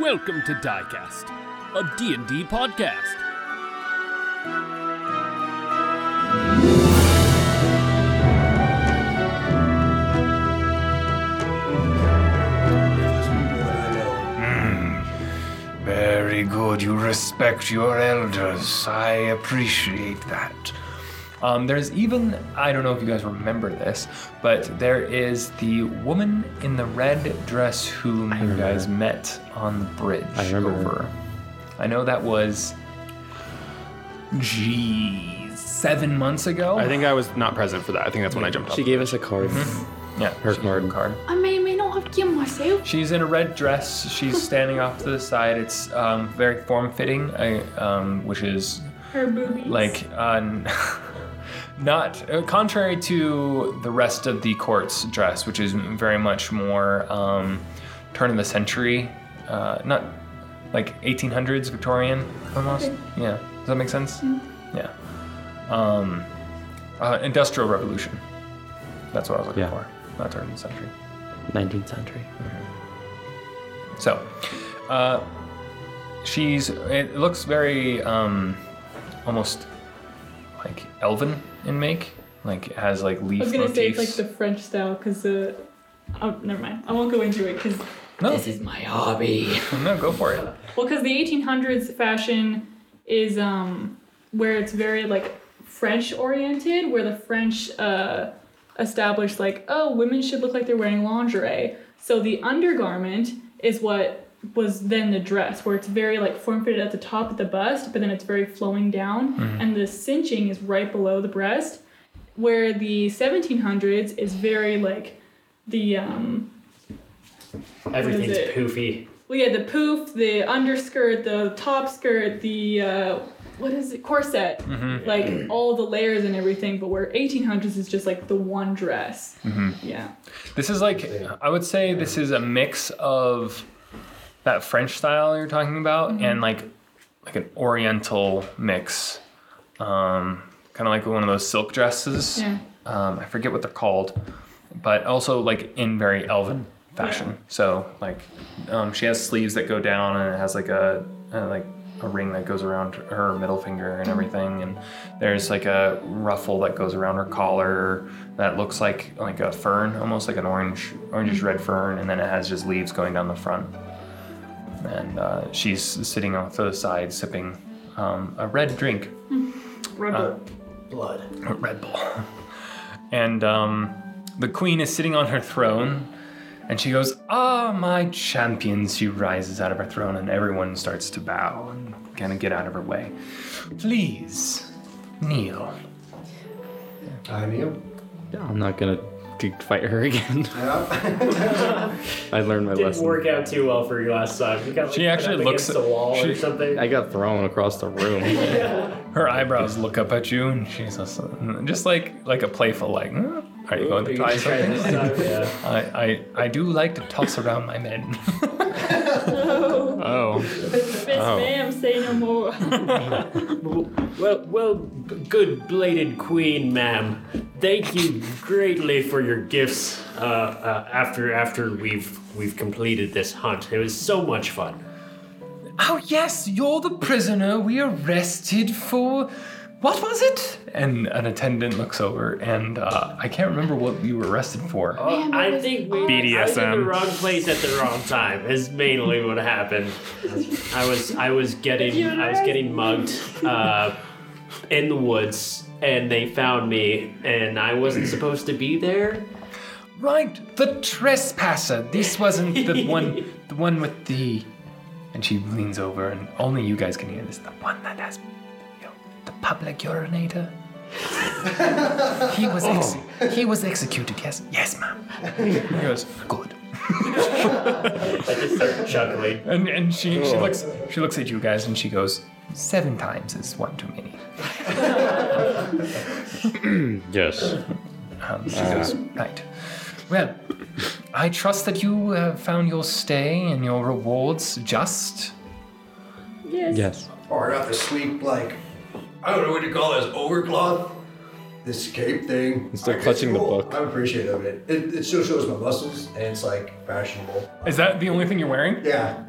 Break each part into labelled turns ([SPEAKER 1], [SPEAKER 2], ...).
[SPEAKER 1] Welcome to Diecast, a D&D podcast.
[SPEAKER 2] Very good. You respect your elders. I appreciate that. Um, there's even, I don't know if you guys remember this, but there is the woman in the red dress whom you guys met on the bridge. I
[SPEAKER 3] remember her.
[SPEAKER 2] Over. I know that was, geez, seven months ago.
[SPEAKER 3] I think I was not present for that. I think that's when I jumped up.
[SPEAKER 4] She gave us a card.
[SPEAKER 2] Mm-hmm. yeah, her
[SPEAKER 4] card.
[SPEAKER 2] card.
[SPEAKER 5] I may may not have given myself.
[SPEAKER 2] She's in a red dress. She's standing off to the side. It's um, very form-fitting, I- um, which is
[SPEAKER 5] Her boobies.
[SPEAKER 2] like uh, n- not uh, contrary to the rest of the court's dress, which is very much more um, turn of the century, uh, not like 1800s Victorian almost. Yeah, does that make sense? Yeah, um, uh, industrial revolution. That's what I was looking
[SPEAKER 4] Yeah.
[SPEAKER 2] for. Not turn of the century.
[SPEAKER 4] 19th century.
[SPEAKER 2] So, uh, she's. It looks very um, almost like elven in make. Like it has like leaf
[SPEAKER 5] I was gonna
[SPEAKER 2] motifs.
[SPEAKER 5] say it's like the French style because the. Oh, never mind. I won't go into it because
[SPEAKER 2] no,
[SPEAKER 5] this is my hobby.
[SPEAKER 2] no, go for it.
[SPEAKER 5] Well, because the 1800s fashion is um where it's very like French oriented, where the French uh established like oh women should look like they're wearing lingerie. So the undergarment is what was then the dress, where it's very like form fitted at the top at the bust, but then it's very flowing down, and the cinching is right below the breast. Where the 1700s is very like the um
[SPEAKER 6] Everything's
[SPEAKER 5] Is it-
[SPEAKER 6] poofy.
[SPEAKER 5] we had the poof, the underskirt, the top skirt, the uh, what is it, corset,
[SPEAKER 4] Mm-hmm.
[SPEAKER 5] like all the layers and everything. But where 1800s is just like the one dress.
[SPEAKER 4] Mm-hmm.
[SPEAKER 5] Yeah,
[SPEAKER 2] This is like I would say this is a mix of that French style you're talking about
[SPEAKER 5] Mm-hmm.
[SPEAKER 2] and like like an Oriental mix, um, kind of like one of those silk dresses.
[SPEAKER 5] Yeah.
[SPEAKER 2] Um, I forget what they're called, but also like in very elven fashion. So like um, she has sleeves that go down and it has like a, uh like a ring that goes around her middle finger and everything and there's like a ruffle that goes around her collar that looks like like a fern almost like an orange orangish red fern and then it has just leaves going down the front and uh, she's sitting off to the side sipping um, a red drink
[SPEAKER 5] Red Bull.
[SPEAKER 4] Uh,
[SPEAKER 6] Blood.
[SPEAKER 2] Red Bull. And um, the queen is sitting on her throne, and she goes, "Ah, my champions!" She rises out of her throne, and everyone starts to bow and kind of get out of her way. Please kneel.
[SPEAKER 3] I knew.
[SPEAKER 4] I'm not gonna d- fight her again. I learned my
[SPEAKER 6] Didn't
[SPEAKER 4] lesson.
[SPEAKER 6] work out too well for you last time. You got, like,
[SPEAKER 2] She
[SPEAKER 6] put
[SPEAKER 2] actually
[SPEAKER 6] up
[SPEAKER 2] looks
[SPEAKER 6] against
[SPEAKER 2] at-
[SPEAKER 6] the wall
[SPEAKER 2] she-
[SPEAKER 6] or something.
[SPEAKER 4] I got thrown across the room.
[SPEAKER 2] Her eyebrows look up at you, and she's just, just like like a playful like. "Hmm, Are you going
[SPEAKER 6] Are
[SPEAKER 2] to
[SPEAKER 6] you
[SPEAKER 2] try
[SPEAKER 6] gonna try
[SPEAKER 2] something?
[SPEAKER 6] this time? Yeah.
[SPEAKER 2] I, I, I do like to toss around my men.
[SPEAKER 4] oh,
[SPEAKER 5] Miss Ma'am, say no more.
[SPEAKER 6] Well, well, b- good bladed queen, ma'am. Thank you greatly for your gifts. Uh, uh, after after we've we've completed this hunt, it was so much fun.
[SPEAKER 2] Oh, yes, you're the prisoner we arrested for. What was it? And an attendant looks over, and uh, I can't remember what you were arrested for.
[SPEAKER 6] Oh,
[SPEAKER 5] Ma'am, it
[SPEAKER 6] I
[SPEAKER 5] was
[SPEAKER 6] think we I was in the
[SPEAKER 3] BDSM.
[SPEAKER 6] wrong place at the wrong time is mainly what happened. I was I was getting I was getting mugged uh, in the woods and they found me and I wasn't supposed to be there.
[SPEAKER 2] Right, the trespasser. This wasn't the one, the one with the. And she leans over, and only you guys can hear this. The one that has, you know, the public urinator. he was ex- he was executed. Yes, yes, ma'am. He goes good.
[SPEAKER 6] I just started chuckling.
[SPEAKER 2] And and she, she looks she looks at you guys and she goes, seven times is one too many.
[SPEAKER 4] yes.
[SPEAKER 2] Um, she goes, right. Well, I trust that you uh, found your stay and your rewards just.
[SPEAKER 5] yes.
[SPEAKER 4] Yes.
[SPEAKER 7] or not the sleep like I don't know what you call this overcloth, this cape thing. I'm
[SPEAKER 4] still clutching the book.
[SPEAKER 7] I'm appreciative of it. it. It still shows my muscles and it's like fashionable.
[SPEAKER 2] Is that the only thing you're wearing?
[SPEAKER 7] Yeah.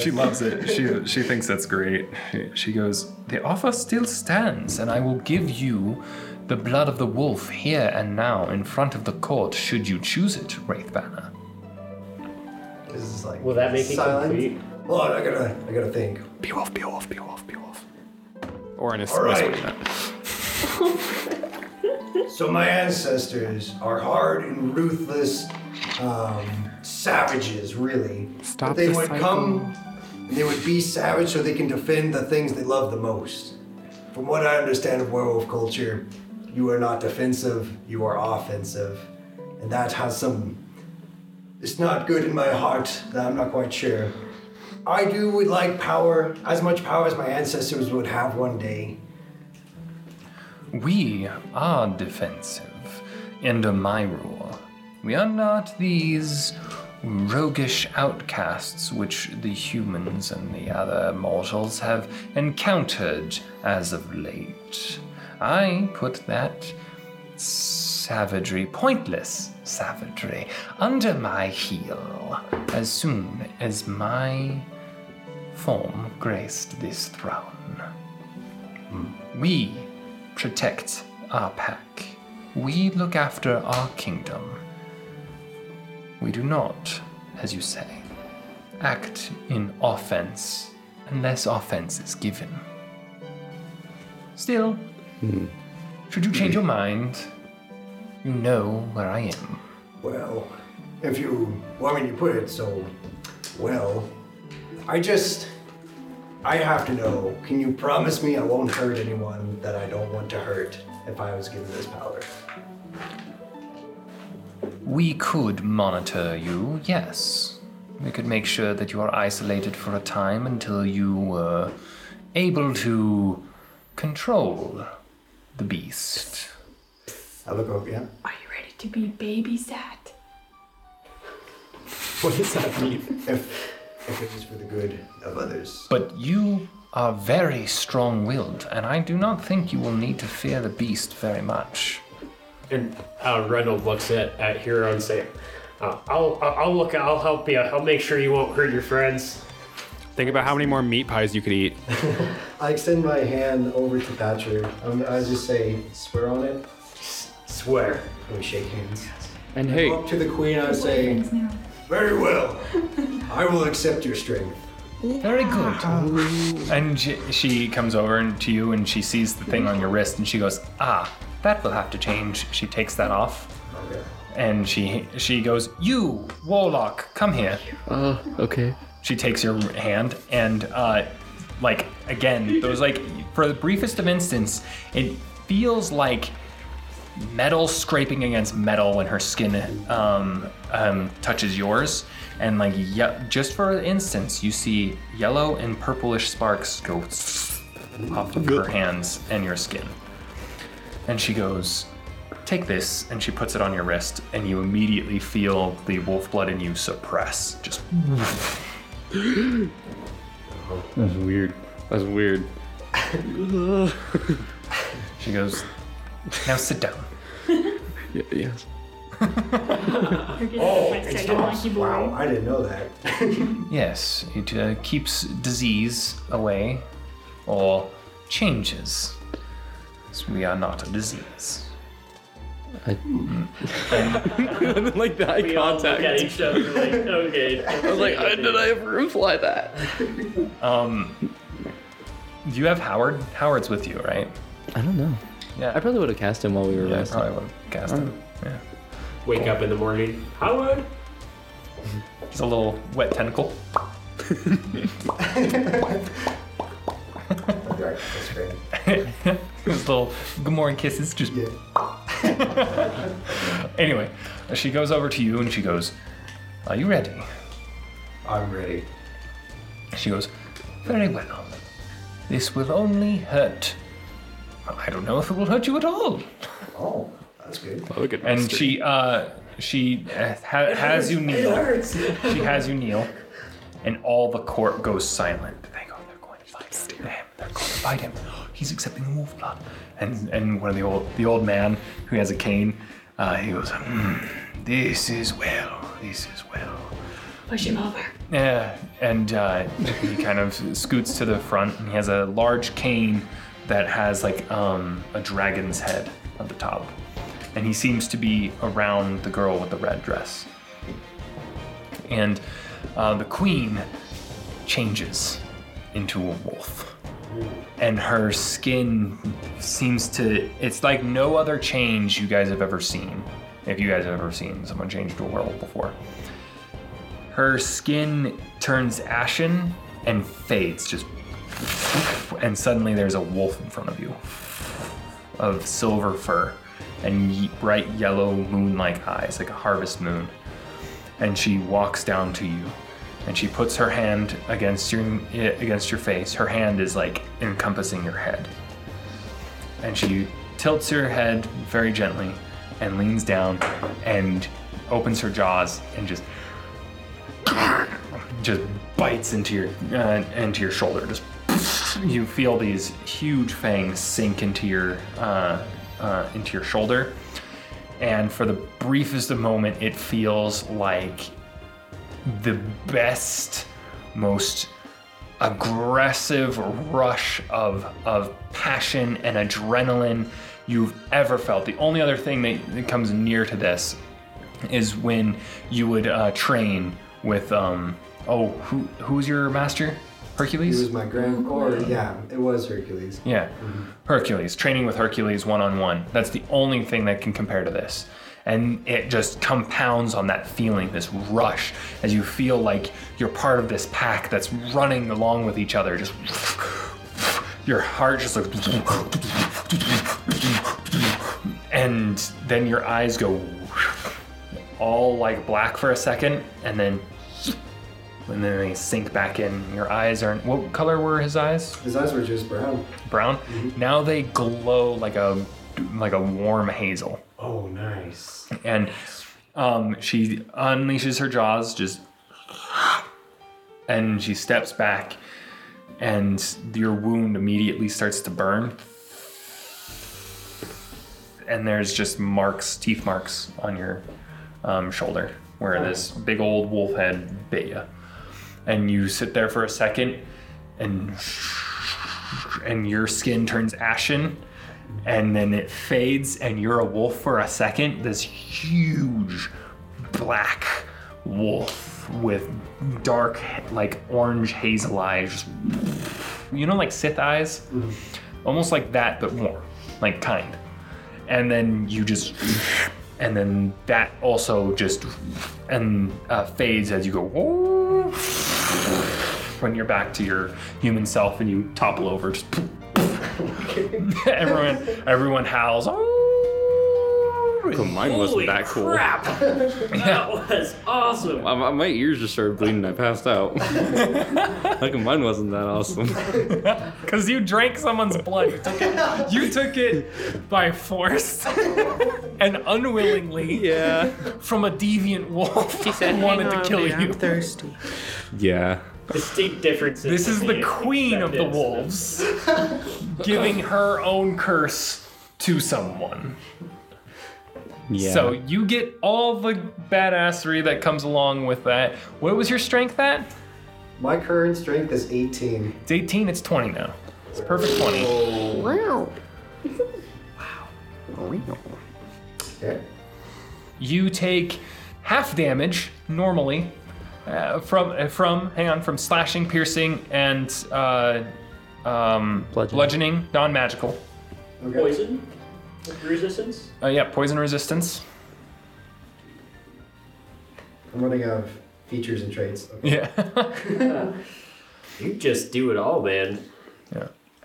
[SPEAKER 2] She loves it. She she thinks that's great. She, she goes, "The offer still stands, and I will give you the blood of the wolf here and now in front of the court, should you choose it, Wraith Banner."
[SPEAKER 7] This is like.
[SPEAKER 6] Will that make me
[SPEAKER 7] silent.
[SPEAKER 6] complete?
[SPEAKER 7] Hold on, I gotta, I gotta think.
[SPEAKER 2] Beowulf, Beowulf, Beowulf, Beowulf.
[SPEAKER 3] Or in a
[SPEAKER 7] All right. So my ancestors are hard and ruthless um, savages, really.
[SPEAKER 4] Stop
[SPEAKER 7] But they
[SPEAKER 4] the
[SPEAKER 7] would
[SPEAKER 4] cycle.
[SPEAKER 7] come, and they would be savage so they can defend the things they love the most. From what I understand of werewolf culture, you are not defensive; you are offensive, and that has some. It's not good in my heart. That I'm not quite sure. I do would like power, as much power as my ancestors would have one day.
[SPEAKER 2] We are defensive under my rule. We are not these roguish outcasts which the humans and the other mortals have encountered as of late. I put that savagery, pointless savagery, under my heel as soon as my form graced this throne. We protect our pack. We look after our kingdom. We do not, as you say, act in offense unless offense is given. Still, should you change your mind, you know where I am.
[SPEAKER 7] Well, if you, well, I mean, you put it so well. I just, I have to know. Can you promise me I won't hurt anyone that I don't want to hurt if I was given this power?
[SPEAKER 2] We could monitor you, yes. We could make sure that you are isolated for a time until you were able to control the beast.
[SPEAKER 7] I look over, yeah.
[SPEAKER 5] Are you ready to be babysat?
[SPEAKER 6] What does that mean?
[SPEAKER 7] If, if it is for the good of others.
[SPEAKER 2] But you are very strong willed, and I do not think you will need to fear the beast very much.
[SPEAKER 6] And uh, Reynold looks at, at Hero and say, uh, I'll, I'll- I'll look, I'll help you. I'll make sure you won't hurt your friends.
[SPEAKER 3] Think about how many more meat pies you could eat.
[SPEAKER 7] I extend my hand over to Thatcher. Um, I just say, swear on it.
[SPEAKER 6] Swear.
[SPEAKER 7] And we shake hands.
[SPEAKER 4] And hey,
[SPEAKER 7] Go up to the queen, I say,
[SPEAKER 5] Things now.
[SPEAKER 7] very well. I will accept your strength.
[SPEAKER 2] Very good. And she, she comes over and to you and she sees the thing on your wrist and she goes, Ah, that will have to change. She takes that off
[SPEAKER 7] Okay.
[SPEAKER 2] and she she goes, You, Warlock, come here.
[SPEAKER 4] uh, okay.
[SPEAKER 2] She takes your hand and, uh, like, again, those, like, for the briefest of instance, it feels like metal scraping against metal when her skin um, um, touches yours. And, like, ye- just for instance, you see yellow and purplish sparks go off of her hands and your skin. And she goes, Take this, and she puts it on your wrist, and you immediately feel the wolf blood in you suppress. Just
[SPEAKER 4] That's weird. That's weird.
[SPEAKER 2] She goes, Now sit down.
[SPEAKER 4] Y- yes.
[SPEAKER 5] You're getting my second monkey boy.
[SPEAKER 7] Wow, I didn't know that.
[SPEAKER 2] Yes, it uh, keeps disease away or changes. So we are not a disease.
[SPEAKER 4] like the eye
[SPEAKER 6] We all look at each other like, okay. I was
[SPEAKER 4] Like, uh, did I ever imply that?
[SPEAKER 2] Do you have Howard? Howard's with you, right?
[SPEAKER 4] I don't know.
[SPEAKER 2] Yeah.
[SPEAKER 4] I probably would have cast him while we were
[SPEAKER 2] yeah, I
[SPEAKER 4] resting.
[SPEAKER 2] probably would cast him.
[SPEAKER 4] Mm.
[SPEAKER 2] Yeah.
[SPEAKER 6] Wake up in the morning. Howard?
[SPEAKER 2] It's a little wet tentacle.
[SPEAKER 7] Alright, that's great.
[SPEAKER 2] His little good morning kisses. Just
[SPEAKER 7] Yeah.
[SPEAKER 2] anyway, she goes over to you and she goes, "Are you ready?"
[SPEAKER 7] I'm ready.
[SPEAKER 2] She goes, Very well. This will only hurt. I don't know if it will hurt you at all.
[SPEAKER 7] Oh, that's good.
[SPEAKER 3] Look at
[SPEAKER 2] And she, uh, she uh, ha- has you kneel. She has you kneel, and all the court goes silent. They go, they're going to bite him. Damn, They're going to bite him. He's accepting the wolf blood. And and one of the old the old man who has a cane, uh, he goes, "Hmm, this is well. This is well.
[SPEAKER 5] push him over.
[SPEAKER 2] Yeah, and uh, he kind of scoots to the front, and he has a large cane that has like um, a dragon's head at the top, and he seems to be around the girl with the red dress. And uh, the queen changes into a wolf, and her skin seems to—it's like no other change you guys have ever seen. If you guys have ever seen someone change to a werewolf before. Her skin turns ashen and fades, just. And suddenly there's a wolf in front of you of silver fur and ye- bright yellow moon like eyes, like a harvest moon. And she walks down to you and she puts her hand against your, against your face. Her hand is like encompassing your head. And she tilts her head very gently and leans down and opens her jaws and just just bites into your uh, into your shoulder. Just you feel these huge fangs sink into your uh, uh, into your shoulder, and for the briefest of moment, it feels like the best, most aggressive rush of of passion and adrenaline you've ever felt. The only other thing that, that comes near to this is when you would uh, train with um oh who who's your master
[SPEAKER 7] He
[SPEAKER 2] hercules
[SPEAKER 7] was my grand or yeah, it was Hercules.
[SPEAKER 2] yeah hercules training with hercules one-on-one that's the only thing that can compare to this and it just compounds on that feeling this rush as you feel like you're part of this pack that's running along with each other just your heart just like and then your eyes go all like black for a second and then and then they sink back in your eyes aren't what color were his eyes
[SPEAKER 7] His eyes were just brown.
[SPEAKER 2] brown now they glow like a like a warm hazel
[SPEAKER 7] Oh, nice.
[SPEAKER 2] and um, she unleashes her jaws just and she steps back and your wound immediately starts to burn and there's just marks teeth marks on your um, shoulder where this big old wolf head bit you and you sit there for a second and and your skin turns ashen and then it fades and you're a wolf for a second this huge black wolf with dark like orange hazel eyes you know like sith eyes almost like that but more like kind and then you just and then that also just and uh, fades as you go "Whoa," when you're back to your human self and you topple over just everyone everyone howls
[SPEAKER 4] Cool, Uh, mine
[SPEAKER 6] Holy
[SPEAKER 4] wasn't that cool.
[SPEAKER 6] crap! that was awesome.
[SPEAKER 4] Uh, my- my ears just started bleeding. I passed out. Like mine wasn't that awesome.
[SPEAKER 2] because you drank someone's blood you took it, you took it by force and unwillingly
[SPEAKER 4] Yeah.
[SPEAKER 2] from a deviant wolf who wanted to kill you
[SPEAKER 8] thirsty.
[SPEAKER 4] Yeah.
[SPEAKER 6] Distinct differences.
[SPEAKER 2] This is the
[SPEAKER 6] in
[SPEAKER 2] queen of the
[SPEAKER 6] acceptance.
[SPEAKER 2] wolves giving her own curse to someone.
[SPEAKER 4] Yeah.
[SPEAKER 2] So you get all the badassery that comes along with that. What was your strength at?
[SPEAKER 7] My current strength is 18.
[SPEAKER 2] It's 18, it's 20 now. It's a perfect 20.
[SPEAKER 8] Wow.
[SPEAKER 7] Okay.
[SPEAKER 2] You take half damage normally uh, from uh, from hang on from slashing, piercing and uh, um,
[SPEAKER 4] Bludgeoning.
[SPEAKER 2] bludgeoning non-magical.
[SPEAKER 7] Okay.
[SPEAKER 6] Poison resistance.
[SPEAKER 2] Uh, yeah, poison resistance.
[SPEAKER 7] I'm running out of features and traits. Okay.
[SPEAKER 2] Yeah.
[SPEAKER 6] You just do it all, man.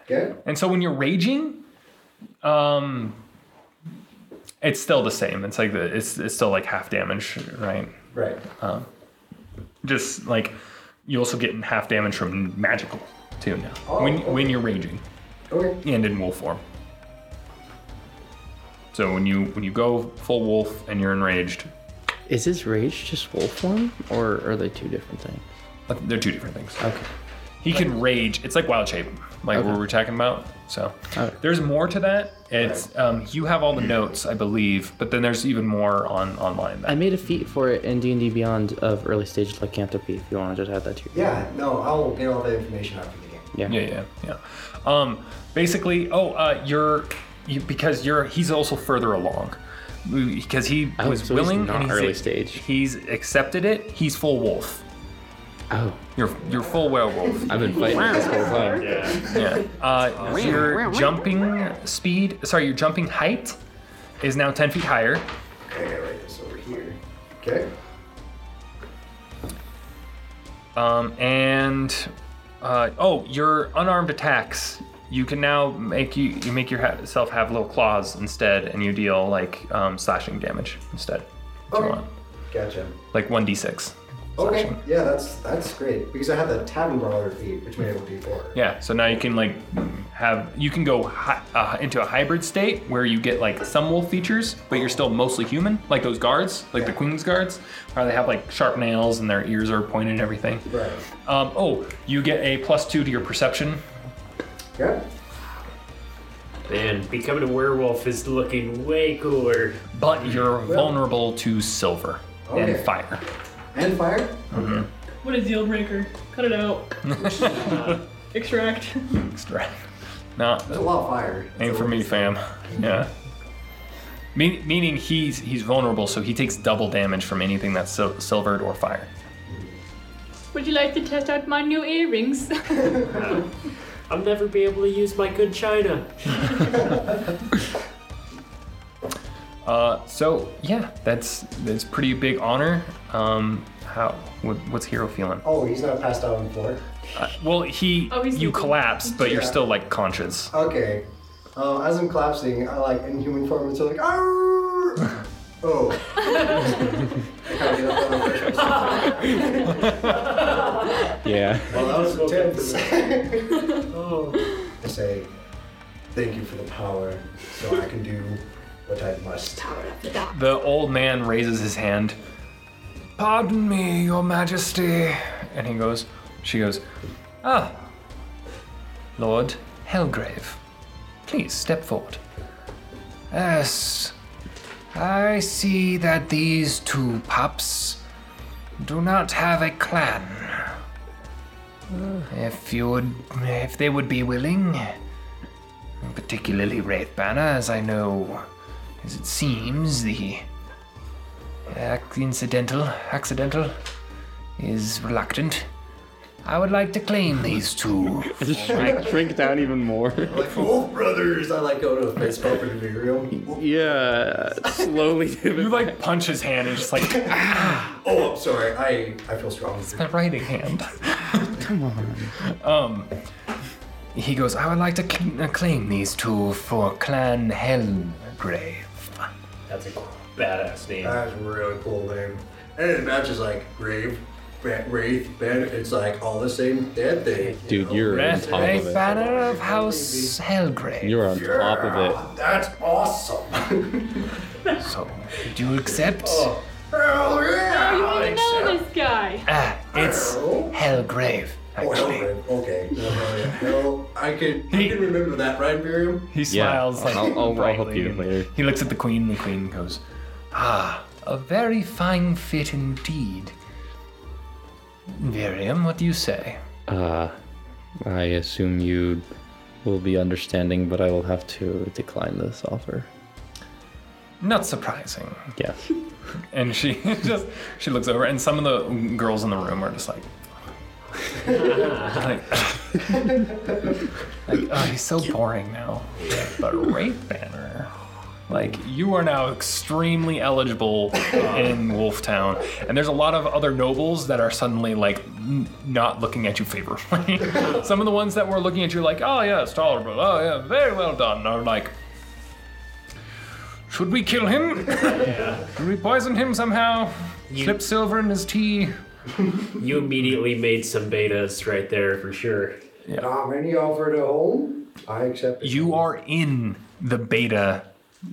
[SPEAKER 7] Okay.
[SPEAKER 2] And so when you're raging, um, it's still the same. It's like the, it's it's still like half damage, right?
[SPEAKER 7] Right.
[SPEAKER 2] Just like you also get half damage from magical too now.
[SPEAKER 7] Oh,
[SPEAKER 2] when
[SPEAKER 7] okay.
[SPEAKER 2] when you're raging
[SPEAKER 7] Okay.
[SPEAKER 2] and in wolf form. So when you when you go full wolf and you're enraged,
[SPEAKER 8] Is his rage just wolf form, or are they two different things?
[SPEAKER 2] uh, they're two different things. Okay. He can rage. It's like wild shape, like what we were talking about. So there's more to that. It's um, you have all the notes, I believe, but then there's even more on online.
[SPEAKER 4] I
[SPEAKER 2] That,
[SPEAKER 4] made a feat for it in D and D Beyond of early stage lycanthropy. If you want to just add that to your
[SPEAKER 7] Yeah, no, I'll get all the information out for the game.
[SPEAKER 4] yeah.
[SPEAKER 2] yeah, yeah, yeah. Um, basically, oh, uh, you're you, because you're he's also further along because he
[SPEAKER 4] Oh,
[SPEAKER 2] was
[SPEAKER 4] so he's
[SPEAKER 2] willing.
[SPEAKER 4] not
[SPEAKER 2] and
[SPEAKER 4] early stage.
[SPEAKER 2] He's accepted it. He's full wolf.
[SPEAKER 4] Oh,
[SPEAKER 2] You're you're full werewolf.
[SPEAKER 4] I've been fighting this whole time.
[SPEAKER 6] Yeah.
[SPEAKER 2] Yeah. Uh, your jumping speed, sorry, your jumping height is now 10 feet higher.
[SPEAKER 7] Okay, I gotta write this over here. Okay.
[SPEAKER 2] Um, and uh, oh, your unarmed attacks. You can now make you, you make yourself have little claws instead, and you deal like um, slashing damage instead. if you
[SPEAKER 7] Okay.
[SPEAKER 2] want.
[SPEAKER 7] Gotcha.
[SPEAKER 2] Like 1d6.
[SPEAKER 7] Okay.
[SPEAKER 2] Slashing.
[SPEAKER 7] Yeah, that's that's great because I have the tavern brawler feat, which made it would be four.
[SPEAKER 2] Yeah, so now you can like have you can go hi, uh, into a hybrid state where you get like some wolf features, but you're still mostly human, like those guards, like the queen's guards, where they have like sharp nails and their ears are pointed and everything.
[SPEAKER 7] Right.
[SPEAKER 2] Um, oh, you get a plus two to your perception.
[SPEAKER 7] Yeah.
[SPEAKER 6] Man, becoming a werewolf is looking way cooler.
[SPEAKER 2] But you're vulnerable to silver
[SPEAKER 7] Okay.
[SPEAKER 2] and fire.
[SPEAKER 7] And fire.
[SPEAKER 5] What a deal breaker. Cut it out. Extract.
[SPEAKER 2] Extract. Not
[SPEAKER 7] There's a lot of fire.
[SPEAKER 2] aim for me, fam. Yeah. Mean, meaning he's he's vulnerable, so he takes double damage from anything that's sil- silvered or fire.
[SPEAKER 5] Would you like to test out my new earrings?
[SPEAKER 6] I'll never be able to use my good china.
[SPEAKER 2] Uh, so yeah, that's that's pretty big honor. Um, how what, what's hero feeling?
[SPEAKER 7] Oh, he's not passed out on the floor.
[SPEAKER 2] Well, he
[SPEAKER 5] Oh, he's
[SPEAKER 2] you
[SPEAKER 5] sleeping.
[SPEAKER 2] collapse, but you're
[SPEAKER 7] Yeah.
[SPEAKER 2] still like conscious.
[SPEAKER 7] Okay. Um, as I'm collapsing, I like in human form, it's like, Arr! oh. I can't get up on the first person.
[SPEAKER 4] Yeah.
[SPEAKER 7] well, that was intense. I say, thank you for the power, so I can do what I must.
[SPEAKER 2] The old man raises his hand. Pardon me, your majesty. And he goes, she goes, ah, Lord Helgrave, please step forward. Yes, I see that these two pups do not have a clan. If you would, if they would be willing, particularly Wraith Banner, as I know as it seems, the ac- incidental, accidental, is reluctant. I would like to claim these two.
[SPEAKER 4] I just shrink, shrink down even more.
[SPEAKER 7] Like, Wolf Brothers! I like go to a fist bump in the room.
[SPEAKER 4] Yeah. Slowly.
[SPEAKER 2] You like punch his hand and just like
[SPEAKER 7] Oh, I'm sorry. I, I feel strong.
[SPEAKER 2] my writing hand. Come on. Um, he goes. I would like to cl- uh, claim these two for Clan Helgrave.
[SPEAKER 6] That's a badass name.
[SPEAKER 7] That's a really cool name. And it matches like Grave, Ba- Wraith, Ben. It's like all the same dead thing. you
[SPEAKER 4] Dude,
[SPEAKER 7] know?
[SPEAKER 4] you're on
[SPEAKER 7] Oh,
[SPEAKER 4] top of
[SPEAKER 2] Wraith
[SPEAKER 4] it.
[SPEAKER 2] Banner of House Helgrave.
[SPEAKER 4] You're on top of
[SPEAKER 7] Yeah, That's awesome.
[SPEAKER 2] so, do you accept?
[SPEAKER 7] Hell yeah!
[SPEAKER 5] you don't even know this guy.
[SPEAKER 2] Ah, it's
[SPEAKER 7] Oh.
[SPEAKER 2] Helgrave.
[SPEAKER 7] Oh,
[SPEAKER 2] Actually.
[SPEAKER 7] Hellgrave. Okay. No, no, yeah. no, I can, I can remember that, right, Miriam?
[SPEAKER 2] He
[SPEAKER 4] Yeah,
[SPEAKER 2] smiles like
[SPEAKER 4] I'll- I'll- I'll help
[SPEAKER 2] brightly,
[SPEAKER 4] you
[SPEAKER 2] and
[SPEAKER 4] later.
[SPEAKER 2] He looks at the queen. and The queen goes, "Ah, a very fine fit indeed." Miriam, what do you say?
[SPEAKER 4] it. Uh, I assume you will be understanding, but I will have to decline this offer.
[SPEAKER 2] Not surprising.
[SPEAKER 4] Yes.
[SPEAKER 2] And she just she looks over, and some of the girls in the room are just like, like, like, oh, he's so boring now. But Wraith Banner, like you are now extremely eligible in Wolf Town, and there's a lot of other nobles that are suddenly like n- not looking at you favorably. some of the ones that were looking at you like, oh yeah, it's tolerable, oh yeah, very well done, are like. Should we kill him? Should we poison him somehow? Slip silver in his tea.
[SPEAKER 6] You immediately made some betas right there for sure.
[SPEAKER 7] Not many offered a home. I accept it.
[SPEAKER 2] You are in the beta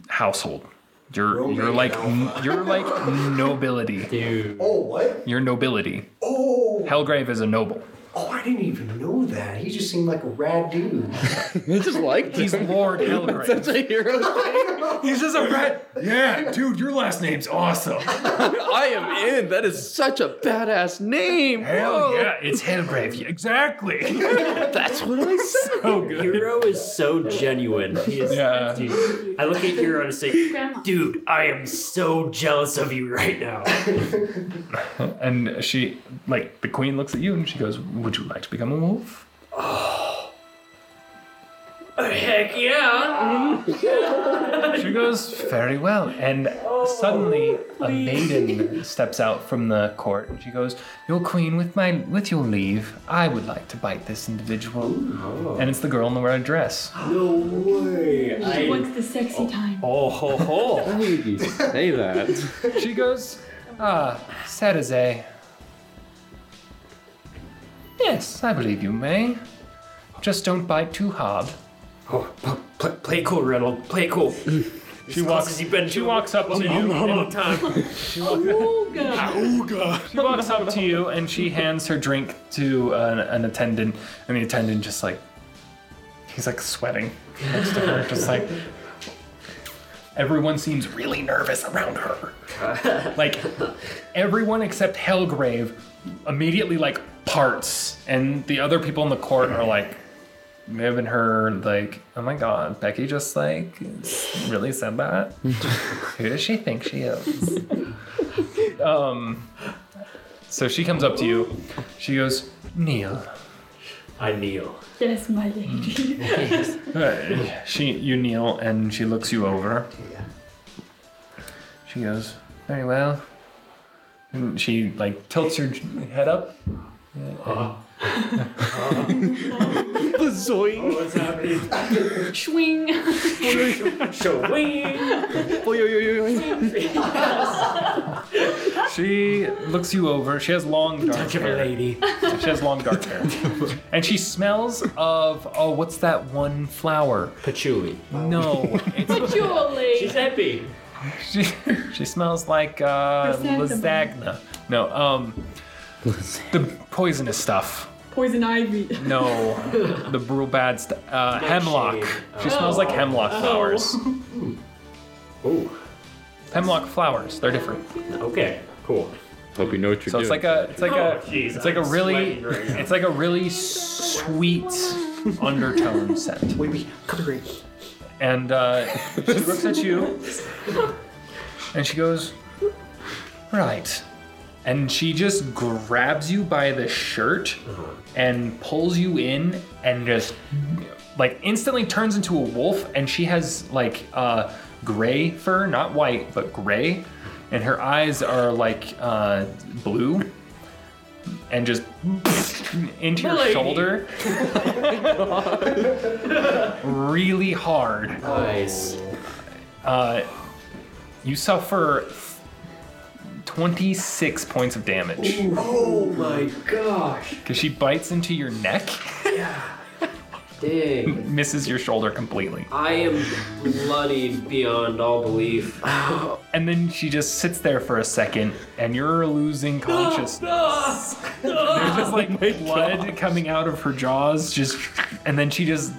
[SPEAKER 2] household. You're
[SPEAKER 7] Romaine
[SPEAKER 2] you're like
[SPEAKER 7] alpha.
[SPEAKER 2] you're like nobility.
[SPEAKER 6] Dude.
[SPEAKER 7] Oh, what?
[SPEAKER 2] You're nobility.
[SPEAKER 7] Oh!
[SPEAKER 2] Helgrave is a noble.
[SPEAKER 7] Oh, I didn't even know that. He just seemed like a rad dude.
[SPEAKER 4] I just liked
[SPEAKER 2] He's Lord Elgrave.
[SPEAKER 4] a hero.
[SPEAKER 2] He's just a rat. Yeah, dude, your last name's awesome.
[SPEAKER 4] I am in. That is such a badass name.
[SPEAKER 2] Hell yeah, it's Hellgrave. Yeah, Exactly.
[SPEAKER 4] That's what I said.
[SPEAKER 2] so Oh, good.
[SPEAKER 6] Hero is so genuine. He is,
[SPEAKER 2] Yeah.
[SPEAKER 6] dude, I look at Hero and I say,
[SPEAKER 5] Grandma.
[SPEAKER 6] dude, I am so jealous of you right now.
[SPEAKER 2] And she, like, the queen looks at you and she goes, Would you like to become a wolf?
[SPEAKER 6] Heck yeah.
[SPEAKER 2] She goes, Very well. And suddenly a maiden steps out from the court and she goes, Your queen, with my with your leave, I would like to bite this individual. And it's the girl in the red dress.
[SPEAKER 6] No way.
[SPEAKER 5] What's the sexy time?
[SPEAKER 6] oh, ho, ho.
[SPEAKER 4] say that.
[SPEAKER 2] She goes, Ah, Saraze. Yes, I believe you may. Just don't bite too hard.
[SPEAKER 6] Oh, pl- pl- play cool, Reynolds. Play cool. She
[SPEAKER 2] walks-
[SPEAKER 6] Has he been
[SPEAKER 2] She
[SPEAKER 6] too
[SPEAKER 2] walks up to you.
[SPEAKER 6] long, long,
[SPEAKER 2] and-
[SPEAKER 6] long time.
[SPEAKER 5] Ooga.
[SPEAKER 2] She walks up to you and she hands her drink to an, an attendant, and the attendant just like he's like sweating next to her, just like everyone seems really nervous around her. Like everyone except Helgrave immediately like parts, and the other people in the court are like. May have been heard like, oh my god, Becky just like really said that. Who does she think she is? So she comes up to you. She goes, kneel.
[SPEAKER 6] I kneel.
[SPEAKER 5] Yes, my lady.
[SPEAKER 2] Uh, She, you kneel, and she looks you over. She goes, very well. And she like tilts her head up.
[SPEAKER 4] The zoing.
[SPEAKER 6] What's happening?
[SPEAKER 5] Swing.
[SPEAKER 6] Showing.
[SPEAKER 2] She looks you over. She has long dark
[SPEAKER 6] Give a
[SPEAKER 2] hair.
[SPEAKER 6] lady.
[SPEAKER 2] She has long dark hair, and she smells of oh, what's that one flower?
[SPEAKER 6] Patchouli.
[SPEAKER 2] No, it's,
[SPEAKER 5] Julie.
[SPEAKER 6] She's happy.
[SPEAKER 2] she, she smells like uh,
[SPEAKER 5] Chrysanthemum.
[SPEAKER 2] lasagna. No, um, the poisonous stuff.
[SPEAKER 5] Poison ivy.
[SPEAKER 2] No, the real bad stuff. Uh, hemlock.
[SPEAKER 6] shade.
[SPEAKER 2] She smells like hemlock
[SPEAKER 5] Oh.
[SPEAKER 2] flowers.
[SPEAKER 6] Ooh.
[SPEAKER 2] Hemlock flowers. They're different.
[SPEAKER 6] Okay. Cool.
[SPEAKER 4] Hope you know what you're
[SPEAKER 2] So it's like a, it's like
[SPEAKER 6] Oh,
[SPEAKER 2] a,
[SPEAKER 6] jeez,
[SPEAKER 2] it's like a
[SPEAKER 6] I'm
[SPEAKER 2] really,
[SPEAKER 6] sweating right now.
[SPEAKER 2] it's like a really sweet undertone scent.
[SPEAKER 7] Wait, come here.
[SPEAKER 2] And uh, she looks at you, and she goes, right. And she just grabs you by the shirt and pulls you in and just like instantly turns into a wolf and she has like uh gray fur not white but gray and her eyes are like uh blue and just into your
[SPEAKER 5] Milady.
[SPEAKER 2] shoulder really hard
[SPEAKER 6] Nice.
[SPEAKER 2] uh you suffer 26 points of damage
[SPEAKER 6] Oh my gosh.
[SPEAKER 2] because she bites into your neck
[SPEAKER 6] Dang.
[SPEAKER 2] misses your shoulder completely
[SPEAKER 6] I am bloodied beyond all belief. Oh
[SPEAKER 2] And then she just sits there for a second, and you're losing consciousness. There's just like blood coming out of her jaws, just, and then she just,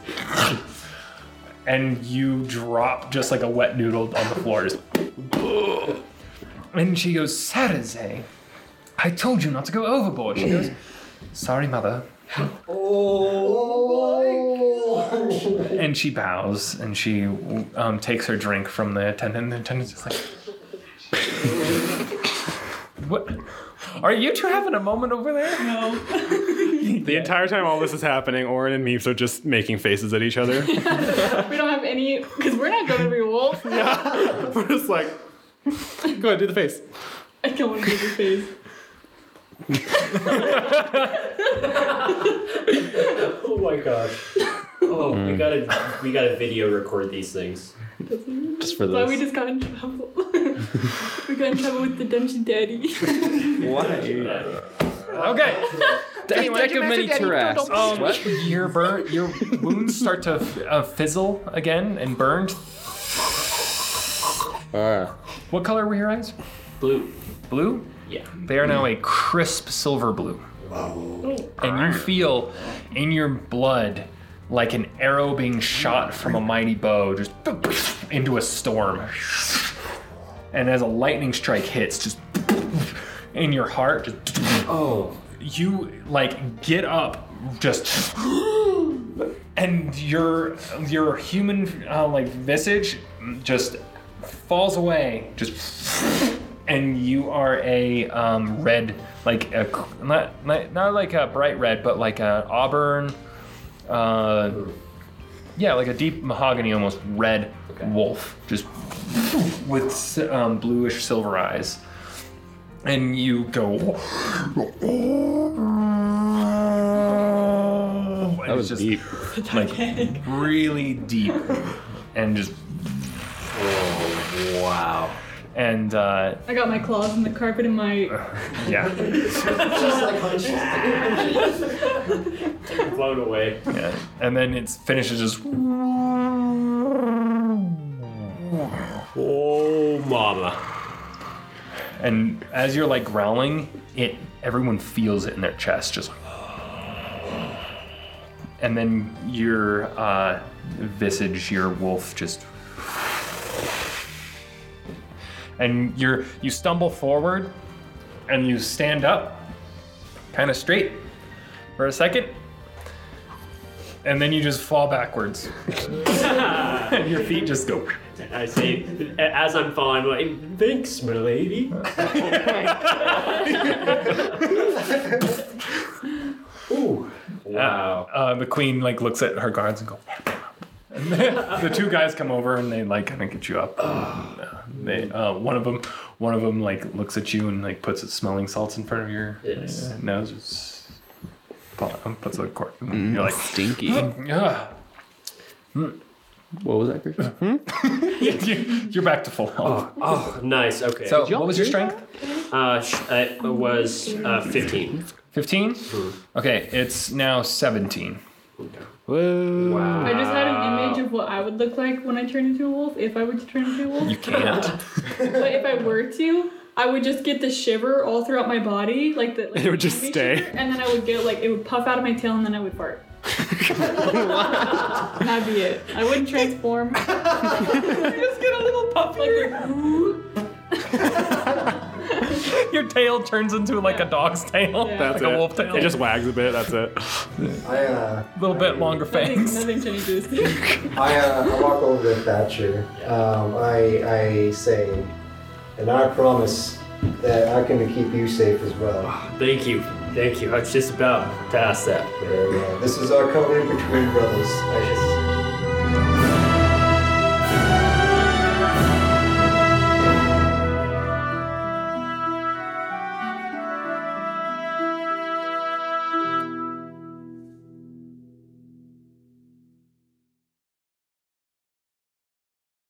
[SPEAKER 2] and you drop just like a wet noodle on the floor. Just, and she goes, Saraze, I told you not to go overboard. She goes, Sorry, mother. And she bows and she um, takes her drink from the attendant. The attendant's just like, What? Are you two having a moment over there? No.
[SPEAKER 3] The entire time all this is happening, Orin and Meeps are just making faces at each other.
[SPEAKER 5] We don't have any, because we're not going to be a wolf.
[SPEAKER 3] We're just like, go ahead, do the face.
[SPEAKER 5] I don't want to make your face.
[SPEAKER 6] Oh my gosh. Oh, we gotta we gotta video record these things.
[SPEAKER 4] just for
[SPEAKER 5] That's why we
[SPEAKER 4] this.
[SPEAKER 5] just got in trouble. we got in trouble with the dungeon daddy.
[SPEAKER 2] Okay.
[SPEAKER 4] Anyway, Decomaturus.
[SPEAKER 2] Um, your burn, your wounds start to uh, fizzle again and burn.
[SPEAKER 4] Ah,
[SPEAKER 2] What color were your eyes?
[SPEAKER 6] Blue.
[SPEAKER 2] Blue.
[SPEAKER 6] Yeah.
[SPEAKER 2] They are now a crisp silver blue. and you feel in your blood like an arrow being shot from a mighty bow just into a storm. And as a lightning strike hits, just in your heart, just
[SPEAKER 7] Oh,
[SPEAKER 2] you like get up just and your your human uh, like visage just falls away just and you are a um, red like a not, not not like a bright red but like a auburn uh, yeah like a deep mahogany almost red wolf just with um, bluish silver eyes and you go and
[SPEAKER 4] That was
[SPEAKER 2] it's just
[SPEAKER 4] deep.
[SPEAKER 2] like really deep and just oh,
[SPEAKER 6] Wow.
[SPEAKER 2] and uh,
[SPEAKER 5] I got my claws in the carpet and my.
[SPEAKER 2] yeah
[SPEAKER 7] just like hunches.
[SPEAKER 6] Blown away.
[SPEAKER 2] yeah and then it finishes just
[SPEAKER 6] Oh, mama.
[SPEAKER 2] and as you're like growling it everyone feels it in their chest just like and then your uh, visage your wolf just and you're you stumble forward and you stand up kind of straight for a second and then you just fall backwards and your feet just go
[SPEAKER 6] I say, as I'm falling, I'm like, thanks, my lady.
[SPEAKER 7] Ooh.
[SPEAKER 6] Wow.
[SPEAKER 2] Uh, the queen like looks at her guards and go. "Help him up." And then the two guys come over and they like kind of get you up. And, uh, they uh, one of them one of them like looks at you and like puts its smelling salts in front of your
[SPEAKER 6] Yes.
[SPEAKER 2] uh, nose. It's- pu- um, Puts a cork. You're like,
[SPEAKER 4] Stinky.
[SPEAKER 2] yeah.
[SPEAKER 4] what was that, Chris?
[SPEAKER 2] You're back to full health.
[SPEAKER 6] Oh, nice. Okay.
[SPEAKER 2] so, what was your strength?
[SPEAKER 6] uh, sh- uh, it was uh, 15.
[SPEAKER 2] 15? Mm-hmm. Okay, it's now 17.
[SPEAKER 4] Whoa.
[SPEAKER 5] I just had an image of what I would look like when I turned into a wolf, if I were to turn into a wolf.
[SPEAKER 2] You can't.
[SPEAKER 5] but if I were to, I would just get the shiver all throughout my body, like the. Like,
[SPEAKER 3] It would just
[SPEAKER 5] heavy
[SPEAKER 3] stay.
[SPEAKER 5] shiver, and then I would get like it would puff out of my tail, and then I would fart. That'd be it. I wouldn't transform. just get a little puff like ooh.
[SPEAKER 2] your tail turns into like a dog's tail,
[SPEAKER 5] Yeah.
[SPEAKER 3] That's
[SPEAKER 2] like
[SPEAKER 3] it.
[SPEAKER 2] a wolf tail.
[SPEAKER 3] It just wags a bit. That's it.
[SPEAKER 7] I uh,
[SPEAKER 2] a little bit longer
[SPEAKER 5] Nothing,
[SPEAKER 2] fangs.
[SPEAKER 5] nothing changes.
[SPEAKER 7] I, uh, I walk over to Thatcher. Um, I I say, and I promise that I can keep you safe as well.
[SPEAKER 6] Thank you. Thank you. I was just about to ask that.
[SPEAKER 7] And, uh, this is our covenant between brothers. I should say.